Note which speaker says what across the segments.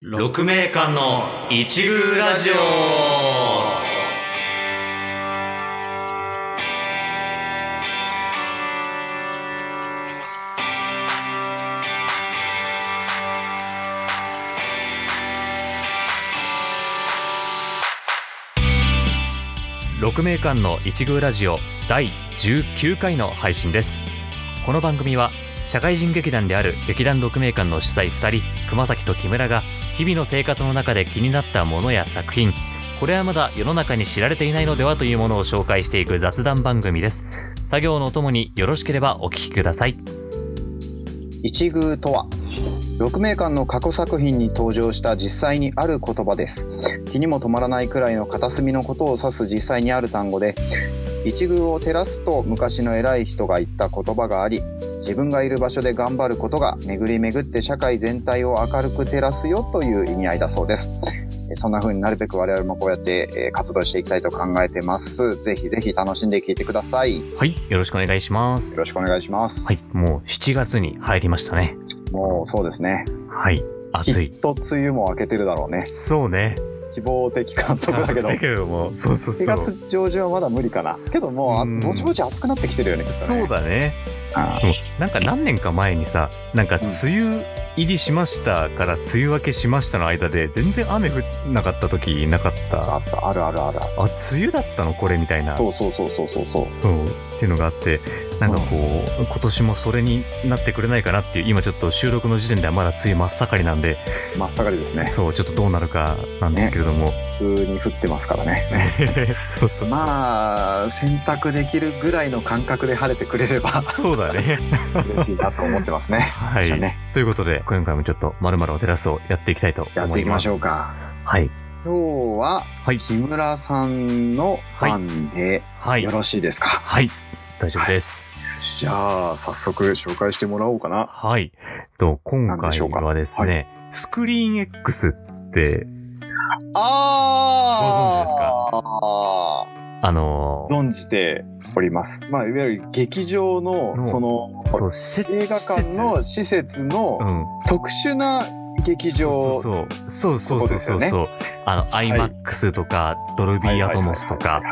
Speaker 1: 六名館の一宮ラジオ
Speaker 2: 六名館の一宮ラジオ第19回の配信ですこの番組は社会人劇団である劇団六名館の主催2人熊崎と木村が日々の生活の中で気になったものや作品これはまだ世の中に知られていないのではというものを紹介していく雑談番組です作業のおともによろしければお聞きください
Speaker 3: 一宮とは6名館の過去作品に登場した実際にある言葉です気にも止まらないくらいの片隅のことを指す実際にある単語で一宮を照らすと昔の偉い人が言った言葉があり自分がいる場所で頑張ることが巡り巡って社会全体を明るく照らすよという意味合いだそうですえそんな風になるべく我々もこうやってえー活動していきたいと考えてますぜひぜひ楽しんで聞いてくださいよ
Speaker 2: はいよろしくお願いします
Speaker 3: ろしくお願いします、
Speaker 2: はいもう7月に入りましたね
Speaker 3: もうそうですね
Speaker 2: はい
Speaker 3: き
Speaker 2: 暑
Speaker 3: っ
Speaker 2: い
Speaker 3: と梅雨も明けてるだろうね
Speaker 2: そうね
Speaker 3: 希望的観測だけど
Speaker 2: だけどもそうそう
Speaker 3: 4
Speaker 2: そう
Speaker 3: 月上旬はまだ無理かなけどもうあ
Speaker 2: うん
Speaker 3: ぼちぼち暑くなってきてるよねきっとね
Speaker 2: そうだね
Speaker 3: あ
Speaker 2: そうなんか何年か前にさなんか梅雨入りしましたから梅雨明けしましたの間で全然雨降んなかった時なかった
Speaker 3: あ
Speaker 2: あ
Speaker 3: ったあるあるあるある
Speaker 2: 梅雨だったのこれみたいな
Speaker 3: そうそうそうそうそうそう
Speaker 2: そうっていうのがあってなんかこう今年もそれになってくれないかなっていう今ちょっと収録の時点ではまだ梅雨真っ盛りなんで、
Speaker 3: 真っ盛りですね
Speaker 2: そうちょっとどうなるかなんですけれども、
Speaker 3: 普通に降ってますからね
Speaker 2: そうそうそう、
Speaker 3: まあ洗濯できるぐらいの感覚で晴れてくれれば
Speaker 2: そうだね
Speaker 3: 嬉しいなと思ってますね
Speaker 2: は
Speaker 3: じゃあ
Speaker 2: い、
Speaker 3: ね
Speaker 2: ということで今回もちょっと「まるを照らす」をやっていきたいと思います
Speaker 3: やっていきましょうか
Speaker 2: はい
Speaker 3: 今日は
Speaker 2: はい
Speaker 3: 木村さんのファンで
Speaker 2: はい
Speaker 3: よろしいですか、
Speaker 2: はい、大丈夫です。
Speaker 3: じゃあ早速紹介してもらおうかな
Speaker 2: はい。と、今
Speaker 3: なんで
Speaker 2: 回
Speaker 3: しょうか
Speaker 2: はですね、スクリーン X って、
Speaker 3: あ
Speaker 2: ご存知
Speaker 3: あ
Speaker 2: ですか
Speaker 3: ああ
Speaker 2: あのー
Speaker 3: 存じております。まあ、いわゆる劇場の、
Speaker 2: の
Speaker 3: その、
Speaker 2: そう、施設
Speaker 3: 映画館の施設の
Speaker 2: うん。
Speaker 3: 特殊な劇
Speaker 2: そう
Speaker 3: 場。
Speaker 2: そうそう。そうそうそうそう。
Speaker 3: と
Speaker 2: あの、IMAX とか、ドルビ
Speaker 3: はい
Speaker 2: ー
Speaker 3: は
Speaker 2: ア
Speaker 3: いはい
Speaker 2: トモスとか、
Speaker 3: は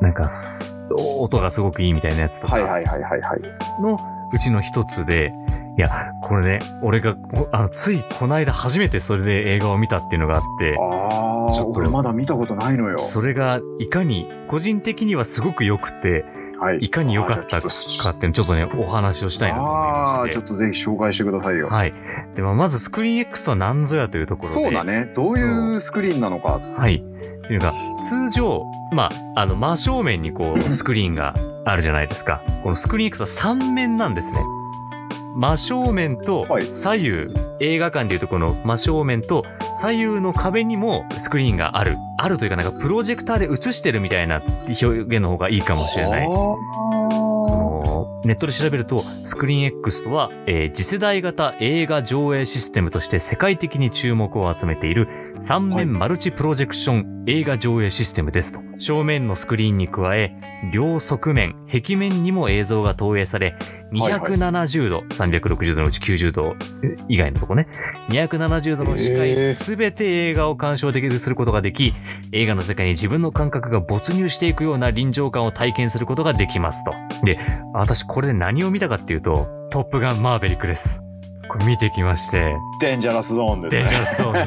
Speaker 2: なんかす、音がすごくいいみたいなやつとか、
Speaker 3: いはいはいはいはいはい。
Speaker 2: のうちの一つで、いや、これね、俺が、こあの、ついこの間初めてそれで映画を見たっていうのがあって、
Speaker 3: ああ
Speaker 2: ち
Speaker 3: ー、
Speaker 2: ょっと
Speaker 3: 俺まだ見たことないのよ。
Speaker 2: それが、いかに、個人的にはすごく良くて、
Speaker 3: はい
Speaker 2: いかに良かったかっていうのをちょっとね、お話をしたいなと思い
Speaker 3: あ
Speaker 2: ま
Speaker 3: あ、
Speaker 2: し。
Speaker 3: ちょってとぜひ紹介してくださいよ。
Speaker 2: はい。で、まあ、まずスクリーン X とは何ぞやというところで。
Speaker 3: そうだ。ね。どういうスクリーンなのか。
Speaker 2: はい。っていうのが、通常、まあ、あの、真正面にこう、スクリーンがあるじゃないですか。このスクリーン X は3面なんですね。真正面と
Speaker 3: はい
Speaker 2: 左右、映画館でいうとこの真正面と左右の壁にもスクリーンがある。あるというかなんかプロジェクターで映してるみたいな表現の方がいいかもしれない
Speaker 3: あ。
Speaker 2: そ
Speaker 3: ー
Speaker 2: のネットで調べると、スクリーン X とは、えー次世代型映画上映システムとして世界的に注目を集めている3面マルチプロジェクション映画上映システムですと。正面のスクリーンに加え、両側面、壁面にも映像が投影され、
Speaker 3: はいはい
Speaker 2: 270度、360度のうち90度え以外のとこね、270度の視
Speaker 3: へ
Speaker 2: 界
Speaker 3: ー
Speaker 2: すべて映画を鑑賞できるすることができ、映画の世界に自分の感覚が没入していくような臨場感を体験することができますと。で、私これで何を見たかっていうと、トップガンマーベリックです。これ見てきま して、
Speaker 3: デンジャラスゾーンです
Speaker 2: デ
Speaker 3: ね
Speaker 2: ンジャ。ラスゾーンで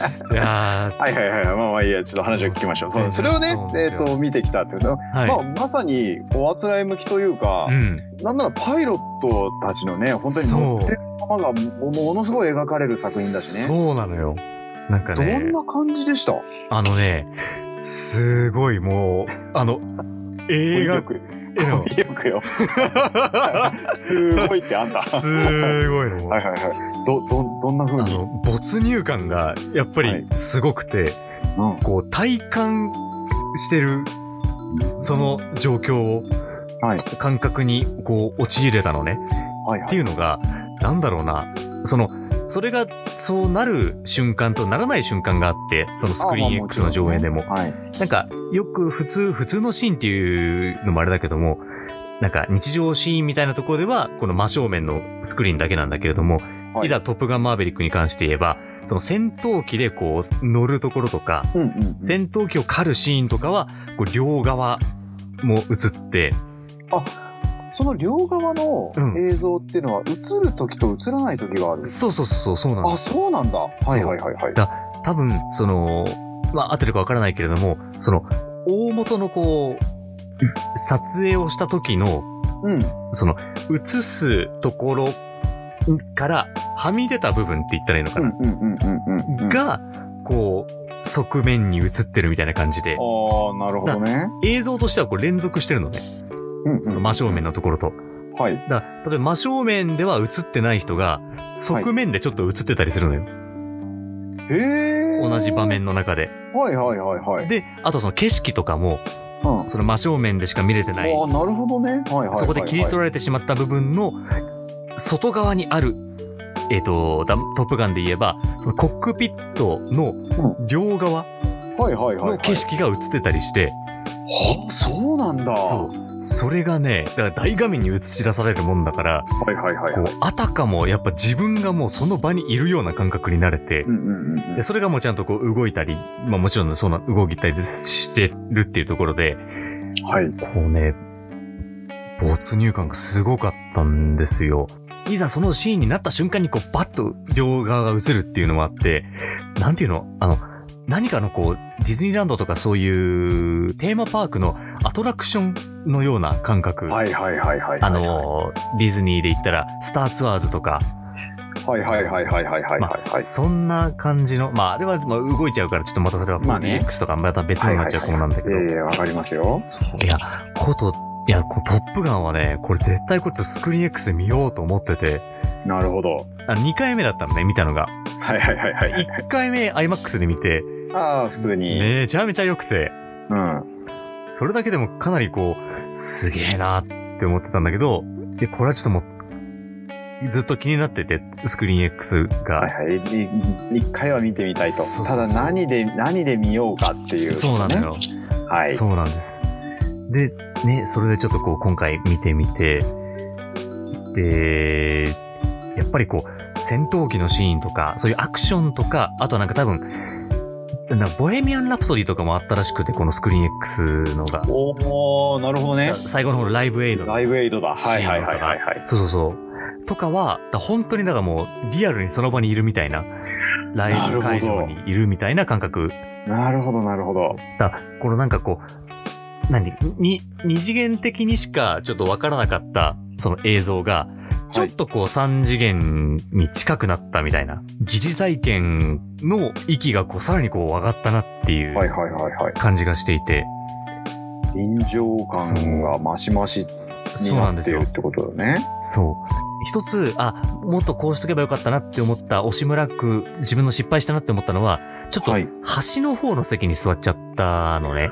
Speaker 2: す。いや
Speaker 3: はいはいはいはい。まあまあいいや、ちょっと話を聞きましょう。そうそれをね
Speaker 2: そうなん、です
Speaker 3: え
Speaker 2: よ
Speaker 3: っ、と、見てきたっていうのは、
Speaker 2: ーはい。
Speaker 3: まあ、まさにおあつらい向きというか、
Speaker 2: うん。
Speaker 3: なんならパイロットたちのね本当に乗ってる様がもものすごい描かれる作品だしね
Speaker 2: そうなのよ。なんか
Speaker 3: ど
Speaker 2: ね。
Speaker 3: んな感じでした
Speaker 2: あのね、すごいもう、 あの、映画
Speaker 3: よ、くよ
Speaker 2: え の、
Speaker 3: くよすごいってあ んたは
Speaker 2: すごいの。
Speaker 3: いはいはいどどどんな風
Speaker 2: あ
Speaker 3: に、
Speaker 2: の、没入感が、やっぱ
Speaker 3: は
Speaker 2: り
Speaker 3: い
Speaker 2: すごくて、
Speaker 3: うん
Speaker 2: こう、体感してる、その状況を、
Speaker 3: はい
Speaker 2: 感覚に、こう、陥れたのね。
Speaker 3: はいは
Speaker 2: っ
Speaker 3: い
Speaker 2: ていうのが、なんだろうな、その、それが、そうなる瞬間とならない瞬間があって、そのスクリ
Speaker 3: あま
Speaker 2: ー
Speaker 3: あ
Speaker 2: ン
Speaker 3: も
Speaker 2: X
Speaker 3: ちろん
Speaker 2: の上映でも。
Speaker 3: はい
Speaker 2: なんか、よく普通、普通のシーンっていうのもあれだけども、なんか日常シーンみたいなところでは、この真正面のスクリーンだけなんだけれども、
Speaker 3: はい
Speaker 2: いざトップガンマーベリックに関して言えば、その戦闘機でこう乗るところとか、
Speaker 3: うんうんうん、
Speaker 2: 戦闘機を狩るシーンとかは、こう両側も映って、
Speaker 3: その両側の
Speaker 2: うん
Speaker 3: 映像っていうのは映る時と映らない時がある、
Speaker 2: そうそうそう、そうなんで
Speaker 3: あ
Speaker 2: す。
Speaker 3: そうなんだはいはいはいはい
Speaker 2: だ多分、その、まあ、合ってるかわからないけれども、その、大元のこう、撮影をした時の、
Speaker 3: うん
Speaker 2: その、映すところからはみ出た部分って言ったらいいのか
Speaker 3: う
Speaker 2: な、
Speaker 3: んうんうんうんうんうん
Speaker 2: が、こう、側面に映ってるみたいな感じで
Speaker 3: あ、ーなるほどね
Speaker 2: 映像としてはこう連続してるのね。
Speaker 3: うん
Speaker 2: その真正面のところと。
Speaker 3: うんはい
Speaker 2: だから例えば真正面では映ってない人が、側面でちょっと映ってたりするのよ。
Speaker 3: へえ
Speaker 2: 同じ場面の中で。
Speaker 3: はいはいはいはい
Speaker 2: で、あとその景色とかも、
Speaker 3: うんあ
Speaker 2: その真正面でしか見れてない、
Speaker 3: ーなるほどねはいはいはいはい
Speaker 2: そこで切り取られてしまった部分の、外側にある、えっ、と、ダトップガンで言えば、そのコックピットの両側
Speaker 3: はいはいはいは
Speaker 2: の
Speaker 3: い
Speaker 2: 景色が映ってたりして、
Speaker 3: はそうなんだ
Speaker 2: そう。それがね、だから大画面に映し出されるもんだから、
Speaker 3: はいはいはい
Speaker 2: こう、あたかもやっぱ自分がもうその場にいるような感覚になれて
Speaker 3: う、んうんうんうん
Speaker 2: で、それがもうちゃんとこう動いたり、まあもちろんそうな、動いたりしてるっていうところで、
Speaker 3: はい
Speaker 2: こうね、没入感がすごかったんですよ。いざそのシーンになった瞬間にこうバッと両側が映るっていうのもあって、なんていうのあの、何かのこう、ディズニーランドとかそういうテーマパークのアトラクションのような感覚。
Speaker 3: はいはいはいはいはい
Speaker 2: あの、ディズニーで言ったら、スターツアーズとか、
Speaker 3: はいはいはいはいはいはいはい
Speaker 2: ま
Speaker 3: は
Speaker 2: あ、
Speaker 3: い
Speaker 2: そんな感じの、まあ、あれは、まあ、動いちゃうから、ちょっとまたそれは
Speaker 3: まあね
Speaker 2: 4DX とか、また別になっちゃうかもなんだけど、い
Speaker 3: ええわかりますよ
Speaker 2: や、こと、いや、こトップガンはね、これ絶対これスクリーン X で見ようと思ってて、
Speaker 3: なるほど
Speaker 2: あ2回目だったのね、見たのが。
Speaker 3: はいはいはいはいはい
Speaker 2: 1回目 IMAX で見て、
Speaker 3: ああ普通に、
Speaker 2: めちゃめちゃ良くて、
Speaker 3: うん
Speaker 2: それだけでもかなりこう、すげえなって思ってたんだけど、いや、これはちょっともう、ずっと気になってて、スクリーン X が。
Speaker 3: はいはいい一回は見てみたいと
Speaker 2: そうそうそう
Speaker 3: ただ何で何で見ようかっていう、ね、
Speaker 2: そうなのよ。
Speaker 3: はい
Speaker 2: そうなんです。で、ね、それでちょっとこう今回見てみて、で、やっぱりこう、戦闘機のシーンとか、そういうアクションとか、あとなんか多分、なんかボヘミアン・ラプソディとかもあったらしくて、このスクリーン X のが。
Speaker 3: おおなるほどね
Speaker 2: 最後の方のライブエイドの
Speaker 3: ライブエイドだ
Speaker 2: シ
Speaker 3: はいは
Speaker 2: ー
Speaker 3: い
Speaker 2: ンと
Speaker 3: はい
Speaker 2: か
Speaker 3: はいはい
Speaker 2: そうそうそう。とかは、だから本当にだからもう、リアルにその場にいるみたいな、ライブ会場にいるみたいな感覚
Speaker 3: なるほどなるほど
Speaker 2: だからこのなんかこう、何に、二次元的にしかちょっとわからなかった、その映像が、ちょっとこう三次元に近くなったみたいな、疑似体験の域がこうさらにこう上がったなってい
Speaker 3: はいうはいはいはい
Speaker 2: 感じがしていて、
Speaker 3: 臨場感が増し増しに
Speaker 2: そうな
Speaker 3: なん
Speaker 2: で
Speaker 3: って
Speaker 2: す
Speaker 3: る
Speaker 2: よ
Speaker 3: っ。てことだね
Speaker 2: そう。一つ、あ、もっとこうしとけばよかったなって思った押村区、自分の失敗したなって思ったのは、ちょっと
Speaker 3: はい
Speaker 2: 端の方の席に座っちゃったのね。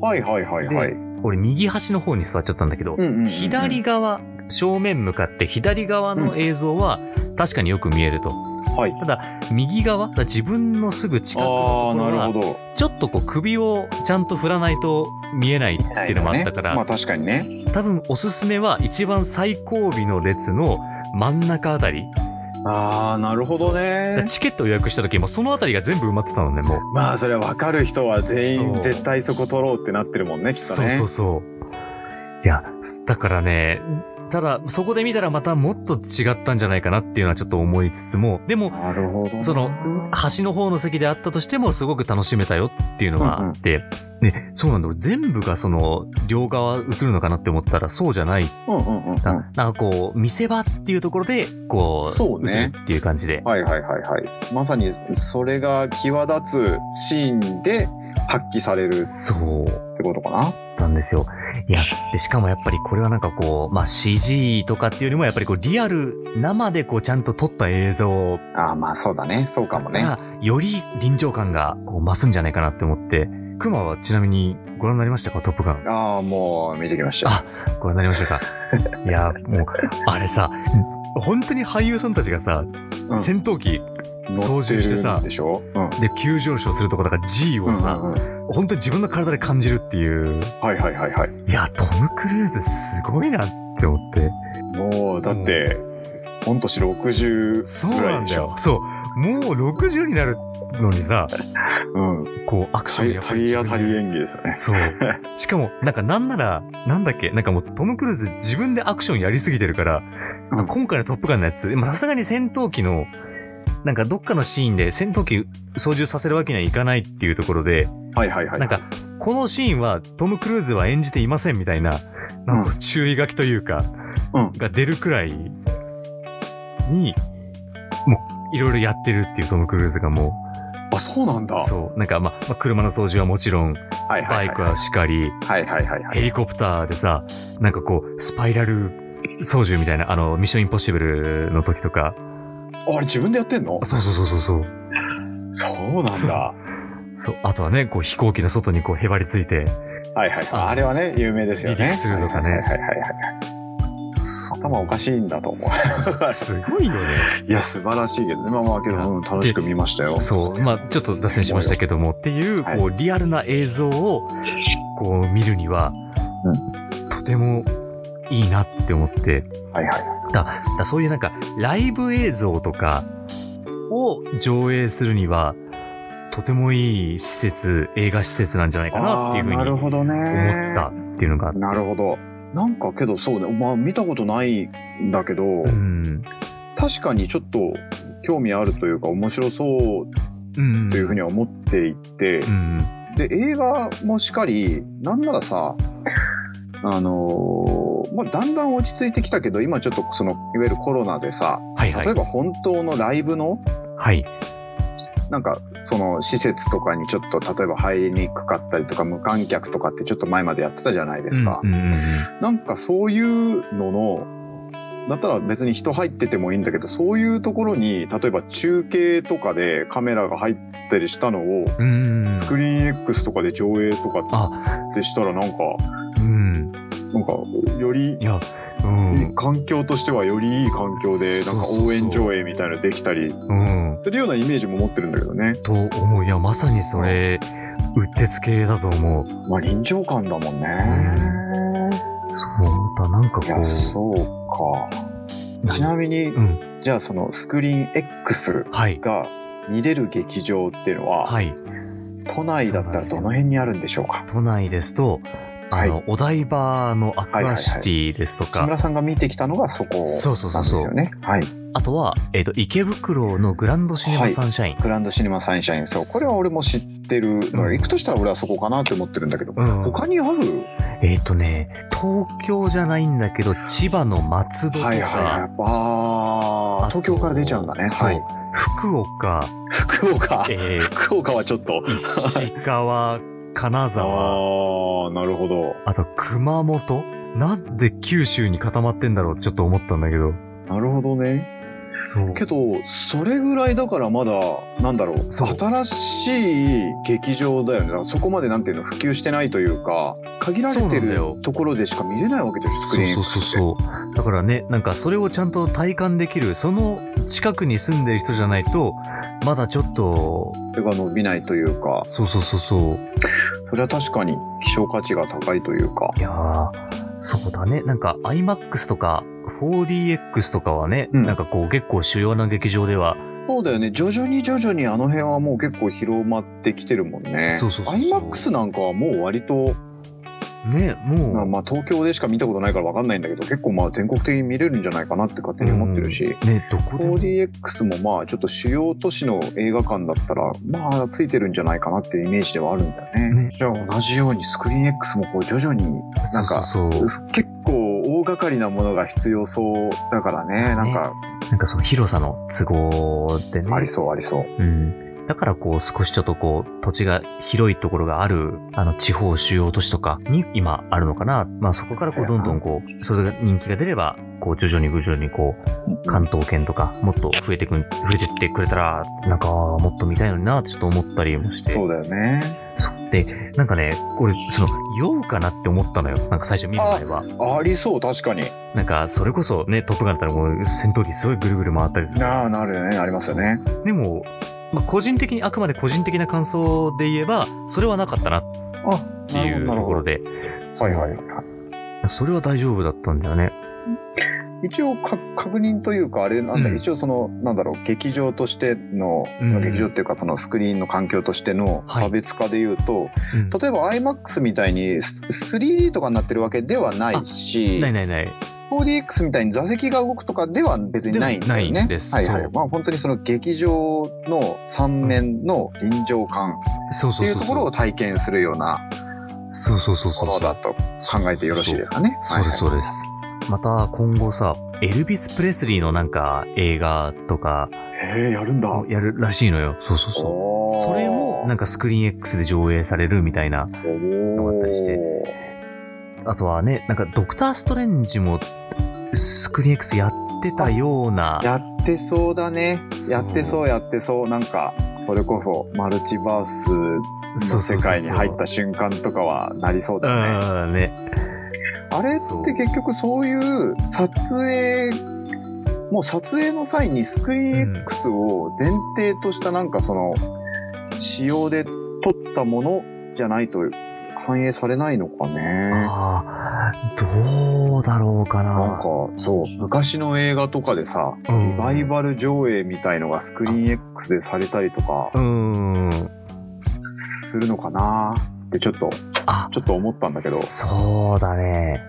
Speaker 3: はいはいはいはい
Speaker 2: で、俺右端の方に座っちゃったんだけど、
Speaker 3: うんうんうんうん
Speaker 2: 左側、正面向かって左側の映像は確かによく見えると。
Speaker 3: はい
Speaker 2: ただ、右側、だから自分のすぐ近くのと
Speaker 3: あ
Speaker 2: こ
Speaker 3: あな
Speaker 2: ろ
Speaker 3: るほ
Speaker 2: は、
Speaker 3: ど
Speaker 2: ちょっとこう首をちゃんと振らないと見えないっていうのもあったから、
Speaker 3: まあ確かにね
Speaker 2: 多分おすすめは一番最後尾の列の真ん中あたり。
Speaker 3: ああなるほどね
Speaker 2: だからチケットを予約した時もそのあたりが全部埋まってたのね、もう。
Speaker 3: まあそれは分かる人は全
Speaker 2: そ
Speaker 3: 員
Speaker 2: う
Speaker 3: 絶対そこ取ろうってなってるもんねきっと
Speaker 2: そう
Speaker 3: ね
Speaker 2: そうそう。いや、だからね、ただ、そこで見たらまたもっと違ったんじゃないかなっていうのはちょっと思いつつも、でも、
Speaker 3: なるほど
Speaker 2: その、端の方の席であったとしても、すごく楽しめたよっていうのがあって、ね、そうなんだ、俺全部がその、両側映るのかなって思ったら、そうじゃない。
Speaker 3: うんうんうんうん
Speaker 2: ななんかこう、見せ場っていうところで、こう、
Speaker 3: そうね
Speaker 2: 映るっていう感じで。
Speaker 3: はいはいはいはいまさにそれが際立つシーンで発揮される
Speaker 2: そう。
Speaker 3: ってことかな
Speaker 2: なんですよ。いや、で、しかもやっぱりこれはなんかこう、まあ、CG とかっていうよりも、やっぱりこう、リアル、生でこう、ちゃんと撮った映像
Speaker 3: ああまあそうだねそうかもね
Speaker 2: が、より臨場感がこう増すんじゃないかなって思って、クマはちなみにご覧になりましたかトップガン。
Speaker 3: ああもう見てきましたよ
Speaker 2: あご覧になりましたか いやもうあれさ本当に俳優さんたちがさ、
Speaker 3: うん
Speaker 2: 戦闘機操縦してさ
Speaker 3: 乗ってるんでしょ、うん
Speaker 2: で急上昇するとこだから G をさ、
Speaker 3: うんうんうん
Speaker 2: 本当に自分の体で感じるっていう
Speaker 3: はいはいはいはい
Speaker 2: いやトム・クルーズすごいなって思って
Speaker 3: もうだって、御年60
Speaker 2: そう
Speaker 3: ぐ
Speaker 2: な
Speaker 3: ら
Speaker 2: ん
Speaker 3: いで
Speaker 2: だ
Speaker 3: しょ
Speaker 2: よ。そう。もう60になるのにさ、
Speaker 3: うん
Speaker 2: こう、アクションがやっぱり
Speaker 3: 体
Speaker 2: 自
Speaker 3: 当
Speaker 2: 分で
Speaker 3: たり演技ですよね
Speaker 2: そう。 しかも、なんかなんなら、なんだっけ、なんかもうトム・クルーズ自分でアクションやりすぎてるから、
Speaker 3: うん
Speaker 2: 今回のトップガンのやつ、まあさすがに戦闘機の、なんかどっかのシーンで戦闘機操縦させるわけにはいかないっていうところで、
Speaker 3: はいはいはい
Speaker 2: なんか、このシーンはトム・クルーズは演じていませんみたいな、なんか注意書きというか、
Speaker 3: うん
Speaker 2: が出るくらいに、もう、いろいろやってるっていうトム・クルーズがも
Speaker 3: あそうなんだ
Speaker 2: う、そう、なんかまあ、まあ車の操縦はもちろん、
Speaker 3: はいは
Speaker 2: バ
Speaker 3: い
Speaker 2: イク
Speaker 3: はい
Speaker 2: はしかり、
Speaker 3: はいはいはいは
Speaker 2: ヘ
Speaker 3: い
Speaker 2: リコプターでさ、なんかこう、スパイラル操縦みたいな、あの、ミッションインポッシブルの時とか。
Speaker 3: ああれ自分でやってんの
Speaker 2: そうそうそうそうそう。
Speaker 3: そうなんだ
Speaker 2: そう、あとはね、こう飛行機の外にこうへばりついて、
Speaker 3: はいはい
Speaker 2: あ
Speaker 3: あれはね有名ですよね
Speaker 2: 離陸するとかね
Speaker 3: はいはいはいはい
Speaker 2: そ
Speaker 3: 頭おかしいんだと思
Speaker 2: うすごいよね。
Speaker 3: う いや素晴らしいけどねまあまあけど、
Speaker 2: いや
Speaker 3: うん、楽しく見ましたよ
Speaker 2: そう、まあちょっと脱線しましたけども、っていう、
Speaker 3: はい
Speaker 2: こう、リアルな映像を、こう、見るには、とてもいいなって思って、
Speaker 3: はいはい
Speaker 2: だだそういうなんかライブ映像とかを上映するにはとてもいい施設映画施設なんじゃないかなっていうふうに
Speaker 3: あーなる
Speaker 2: 思
Speaker 3: ほどね
Speaker 2: ったっていうのがあって
Speaker 3: なるほどなんかけどそうねまあ見たことないんだけど、
Speaker 2: うん
Speaker 3: 確かにちょっと興味あるというか面白そう
Speaker 2: うん
Speaker 3: というふうには思っていて、
Speaker 2: うん
Speaker 3: で映画もしかりなんならさあのーまあ、だんだん落ち着いてきたけど今ちょっとそのいわゆるコロナでさ
Speaker 2: はいは
Speaker 3: 例え
Speaker 2: い
Speaker 3: ば本当のライブの
Speaker 2: はい
Speaker 3: なんかその施設とかにちょっと例えば入りにくかったりとか無観客とかってちょっと前までやってたじゃないですか、
Speaker 2: うんうんうん
Speaker 3: なんかそういうののだったら別に人入っててもいいんだけどそういうところに例えば中継とかでカメラが入ったりしたのを
Speaker 2: うんうんうん
Speaker 3: スクリーン X とかで上映とか
Speaker 2: あ
Speaker 3: ってしたらなんか
Speaker 2: うん
Speaker 3: なんかより
Speaker 2: いやうん
Speaker 3: 環境としてはよりいい環境でなんか
Speaker 2: そうそうそう
Speaker 3: 応援上映みたいなのできたり
Speaker 2: うん
Speaker 3: するようなイメージも持ってるんだけどね
Speaker 2: と思ういやまさにそれうってつけだと思う
Speaker 3: まあ臨場感だもんね
Speaker 2: そうだなんか
Speaker 3: い
Speaker 2: こ
Speaker 3: や
Speaker 2: う
Speaker 3: そうか
Speaker 2: な
Speaker 3: ちなみに
Speaker 2: うん
Speaker 3: じゃあそのスクリーン X
Speaker 2: はい
Speaker 3: が見れる劇場っていうのは、
Speaker 2: はい
Speaker 3: 都内だったらどの辺にあるんでしょうか
Speaker 2: 都内ですと、あの、
Speaker 3: は
Speaker 2: お台場のアクアシティですとか、
Speaker 3: 木村さんが見てきたのがそこなんです
Speaker 2: そうそうそうそう
Speaker 3: よねはい
Speaker 2: あとは、えっ、と、池袋のグランドシネマサンシャイン。
Speaker 3: グランドシネマサンシャインそうこれは俺も知ってる、
Speaker 2: うん
Speaker 3: 行くとしたら俺はそこかなって思ってるんだけど、
Speaker 2: うん
Speaker 3: 他にある
Speaker 2: えっ、とね、東京じゃないんだけど、千葉の松戸とか、
Speaker 3: はいはいはいあー
Speaker 2: あと
Speaker 3: 東京から出ちゃうんだね
Speaker 2: そう
Speaker 3: はい
Speaker 2: 福岡、
Speaker 3: 福岡、
Speaker 2: えー
Speaker 3: 福岡はちょっ と
Speaker 2: 石川、金
Speaker 3: あ
Speaker 2: 沢、
Speaker 3: ーなるほど
Speaker 2: あと熊本なんで九州に固まってんだろうってちょっと思ったんだけど。
Speaker 3: なるほどね
Speaker 2: そう。
Speaker 3: けどそれぐらいだからまだなんだろう
Speaker 2: そう
Speaker 3: 新しい劇場だよねだからそこまでなんていうの普及してないというか限られ
Speaker 2: そ
Speaker 3: て
Speaker 2: うなんだ
Speaker 3: る
Speaker 2: よ
Speaker 3: ところでしか見れないわけでしょスク
Speaker 2: そう
Speaker 3: リーン
Speaker 2: そうそうそう。だからね、なんかそれをちゃんと体感できる、その近くに住んでる人じゃないと、まだちょっと、
Speaker 3: 手が伸びないというか
Speaker 2: そうそうそうそう。
Speaker 3: それは確かに希少価値が高いというか
Speaker 2: いやー、そうだね。なんか IMAX とか 4DX とかはね、
Speaker 3: うん
Speaker 2: なんかこう結構主要な劇場では、
Speaker 3: そうだよね徐々に徐々にあの辺はもう結構広まってきてるもんね
Speaker 2: そうそうそうそう
Speaker 3: IMAX なんかはもう割と、
Speaker 2: ね、もう、
Speaker 3: まあ、まあ東京でしか見たことないから分かんないんだけど結構まあ全国的に見れるんじゃないかなって勝手に思ってるし、
Speaker 2: うんね、どこでも。
Speaker 3: 4DX もまあちょっと主要都市の映画館だったらまあついてるんじゃないかなっていうイメージではあるんだよね
Speaker 2: ね
Speaker 3: じゃあ同じようにスクリーン X もこう徐々になんか
Speaker 2: そうそうそう
Speaker 3: 結構大掛かりなものが必要そうだからねなんか
Speaker 2: なんかその広さの都合でね。
Speaker 3: ありそうありそう
Speaker 2: うん。だからこう少しちょっとこう土地が広いところがあるあの地方主要都市とかに今あるのかな。まあそこからこうどんどんこう、それが人気が出れば、こう徐々に徐々にこう関東圏とかもっと増えてくん、増えてってくれたら、なんかもっと見たいのになってちょっと思ったりもして。
Speaker 3: そうだよね
Speaker 2: そうで、なんかね、俺その酔うかなって思ったのよ。なんか最初見る前は。
Speaker 3: ありそう確かに
Speaker 2: なんかそれこそね、トップガンだったらもう戦闘機すごいぐるぐる回ったりとか
Speaker 3: なあなるよねありますよね
Speaker 2: でも、まあ、個人的に、あくまで個人的な感想で言えば、それはなかったなっ
Speaker 3: あ
Speaker 2: ていうところで。
Speaker 3: はいはいはい
Speaker 2: そうそれは大丈夫だったんだよね。
Speaker 3: 一応か確認というかあれなんだ、
Speaker 2: うん
Speaker 3: 一応そのなんだろう劇場としてのそ
Speaker 2: うんう
Speaker 3: の
Speaker 2: ん
Speaker 3: 劇場っていうかそのスクリーンの環境としての
Speaker 2: はい
Speaker 3: 差別化でいうと、
Speaker 2: うん
Speaker 3: 例えば iMAX みたいにス 3D とかになってるわけではないし
Speaker 2: ないないない。
Speaker 3: 4DX みたいに座席が動くとかでは別にないんだよ
Speaker 2: では
Speaker 3: ね。
Speaker 2: ないんです
Speaker 3: はいはい
Speaker 2: そう
Speaker 3: まあ、本当にその劇場の3面の臨場感
Speaker 2: そう
Speaker 3: って
Speaker 2: そう
Speaker 3: い
Speaker 2: そううそ
Speaker 3: と
Speaker 2: う。
Speaker 3: ころを体験するような
Speaker 2: そうそうそうそ
Speaker 3: も
Speaker 2: う。
Speaker 3: のだと考えてよろしいですかね。
Speaker 2: そうです、
Speaker 3: はい
Speaker 2: そうです。また今後さ、エルビス・プレスリーのなんか映画とか
Speaker 3: へえやるんだ。
Speaker 2: をやるらしいのよ。そうそうそう。それもなんかスクリーン X で上映されるみたいな。
Speaker 3: の
Speaker 2: があったりしてあとはね、なんかドクター・ストレンジもスクリーン X やってたような。
Speaker 3: やってそうだね
Speaker 2: そう
Speaker 3: やってそうやってそうなんかそれこそマルチバース
Speaker 2: そ
Speaker 3: の
Speaker 2: うそうそ
Speaker 3: 世
Speaker 2: うそう
Speaker 3: 界に入った瞬間とかはなりそうだね
Speaker 2: うんね。
Speaker 3: あれって結局そういう撮影もう撮影の際にスクリーン X を前提としたなんかその仕様で撮ったものじゃないと反映されないのかね
Speaker 2: ああ、どうだろうかな。
Speaker 3: なんかそう昔の映画とかでさ
Speaker 2: うん
Speaker 3: リバイバル上映みたいのがスクリーン X でされたりとか
Speaker 2: うん。
Speaker 3: するのかなってちょっと
Speaker 2: あ
Speaker 3: ちょっと思ったんだけど
Speaker 2: そうだね。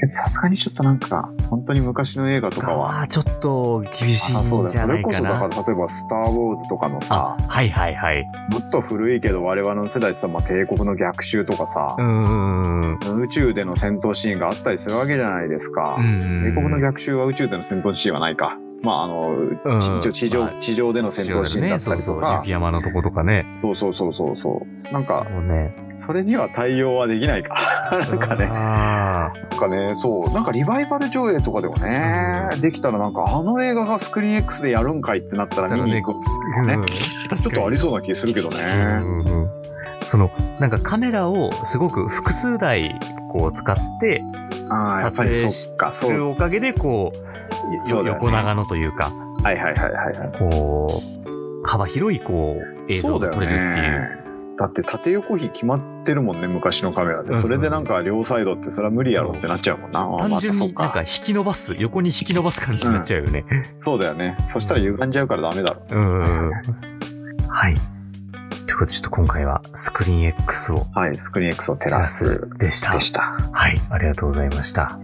Speaker 3: けどさすがにちょっとなんか本当に昔の映画とかは
Speaker 2: あーちょっと厳しい
Speaker 3: あそうんだ
Speaker 2: じ
Speaker 3: よ
Speaker 2: ゃ
Speaker 3: そ
Speaker 2: な
Speaker 3: れ
Speaker 2: い
Speaker 3: こ
Speaker 2: か
Speaker 3: そだ
Speaker 2: な
Speaker 3: か。ら例えば「スター・ウォーズ」とかの
Speaker 2: あ
Speaker 3: さ、
Speaker 2: はいはいはい。
Speaker 3: もっと古いけど我々の世代ってさ、まあ、帝国の逆襲とかさ
Speaker 2: う、ん。うん。
Speaker 3: 宇宙での戦闘シーンがあったりするわけじゃないですか。帝国の逆襲は宇宙での戦闘シーンはないか。まああの、
Speaker 2: うん
Speaker 3: 地上地上
Speaker 2: まあ
Speaker 3: 地上での戦闘シーンだったりと
Speaker 2: そうそう、
Speaker 3: か、
Speaker 2: 雪山のとことかね。
Speaker 3: そうそうそうそうそうなんか
Speaker 2: そうね。
Speaker 3: それには対応はできないかなんかね
Speaker 2: あ
Speaker 3: なんかねそうなんかリバイバル上映とかでもね、できたらなんかあの映画がスクリーン X でやるんかいってなったら見に行く、
Speaker 2: ー
Speaker 3: ね
Speaker 2: うん
Speaker 3: ちょっとあり
Speaker 2: そ
Speaker 3: そうな気するけどね、
Speaker 2: うんうんうんその、なんかカメラをすごく複数台こう使って
Speaker 3: ああや
Speaker 2: 撮
Speaker 3: っぱり
Speaker 2: 影
Speaker 3: そっか
Speaker 2: す
Speaker 3: そう
Speaker 2: るおかげでこう、よ
Speaker 3: そうだよね
Speaker 2: 横長のというか、
Speaker 3: はいはいはいはいはい
Speaker 2: こう、幅広いこう映像が撮れるっていう。
Speaker 3: だって縦横比決まってるもんね昔のカメラ
Speaker 2: うん
Speaker 3: で
Speaker 2: うん
Speaker 3: それでなんか両サイドってそれは無理やろってなっちゃうもんな、あ
Speaker 2: 単
Speaker 3: また
Speaker 2: 純
Speaker 3: そ
Speaker 2: に
Speaker 3: う
Speaker 2: なんか
Speaker 3: か
Speaker 2: 引き伸ばす、横に引き伸ばす感じになっちゃうよね。
Speaker 3: そうだよねそしたら歪んじゃうからダメだろ
Speaker 2: うんうんうん。はい。ということで、ちょっと今回はスクリーン X を
Speaker 3: はいスクリーン X を照
Speaker 2: プ
Speaker 3: ら
Speaker 2: ラ
Speaker 3: す
Speaker 2: スでした
Speaker 3: で。した
Speaker 2: はい。ありがとうございました。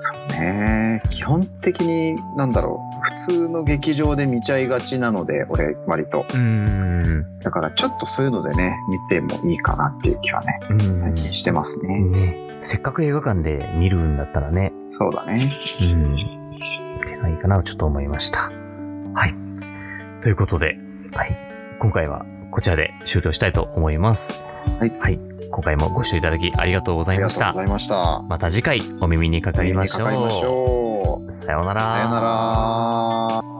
Speaker 3: そうね基本的になんだろう普通の劇場で見ちゃいがちなので俺割と
Speaker 2: うーん。う
Speaker 3: だからちょっとそういうのでね見てもいいかなっていう気はね最近
Speaker 2: ー
Speaker 3: してますね、
Speaker 2: ん。ね。せっかく映画館で見るんだったらね。
Speaker 3: そうだね
Speaker 2: うん。手がいいかなとちょっと思いました。はい。ということで、はい。今回はこちらで終了したいと思います。
Speaker 3: はい
Speaker 2: はい。今回もご視聴いただきありがとうござ
Speaker 3: あ
Speaker 2: い
Speaker 3: り
Speaker 2: ま
Speaker 3: が
Speaker 2: し
Speaker 3: とう
Speaker 2: た
Speaker 3: ご。ざいました
Speaker 2: また次回お耳にかかりましょう。
Speaker 3: お耳にかかりましょう
Speaker 2: さようなら。
Speaker 3: さよなら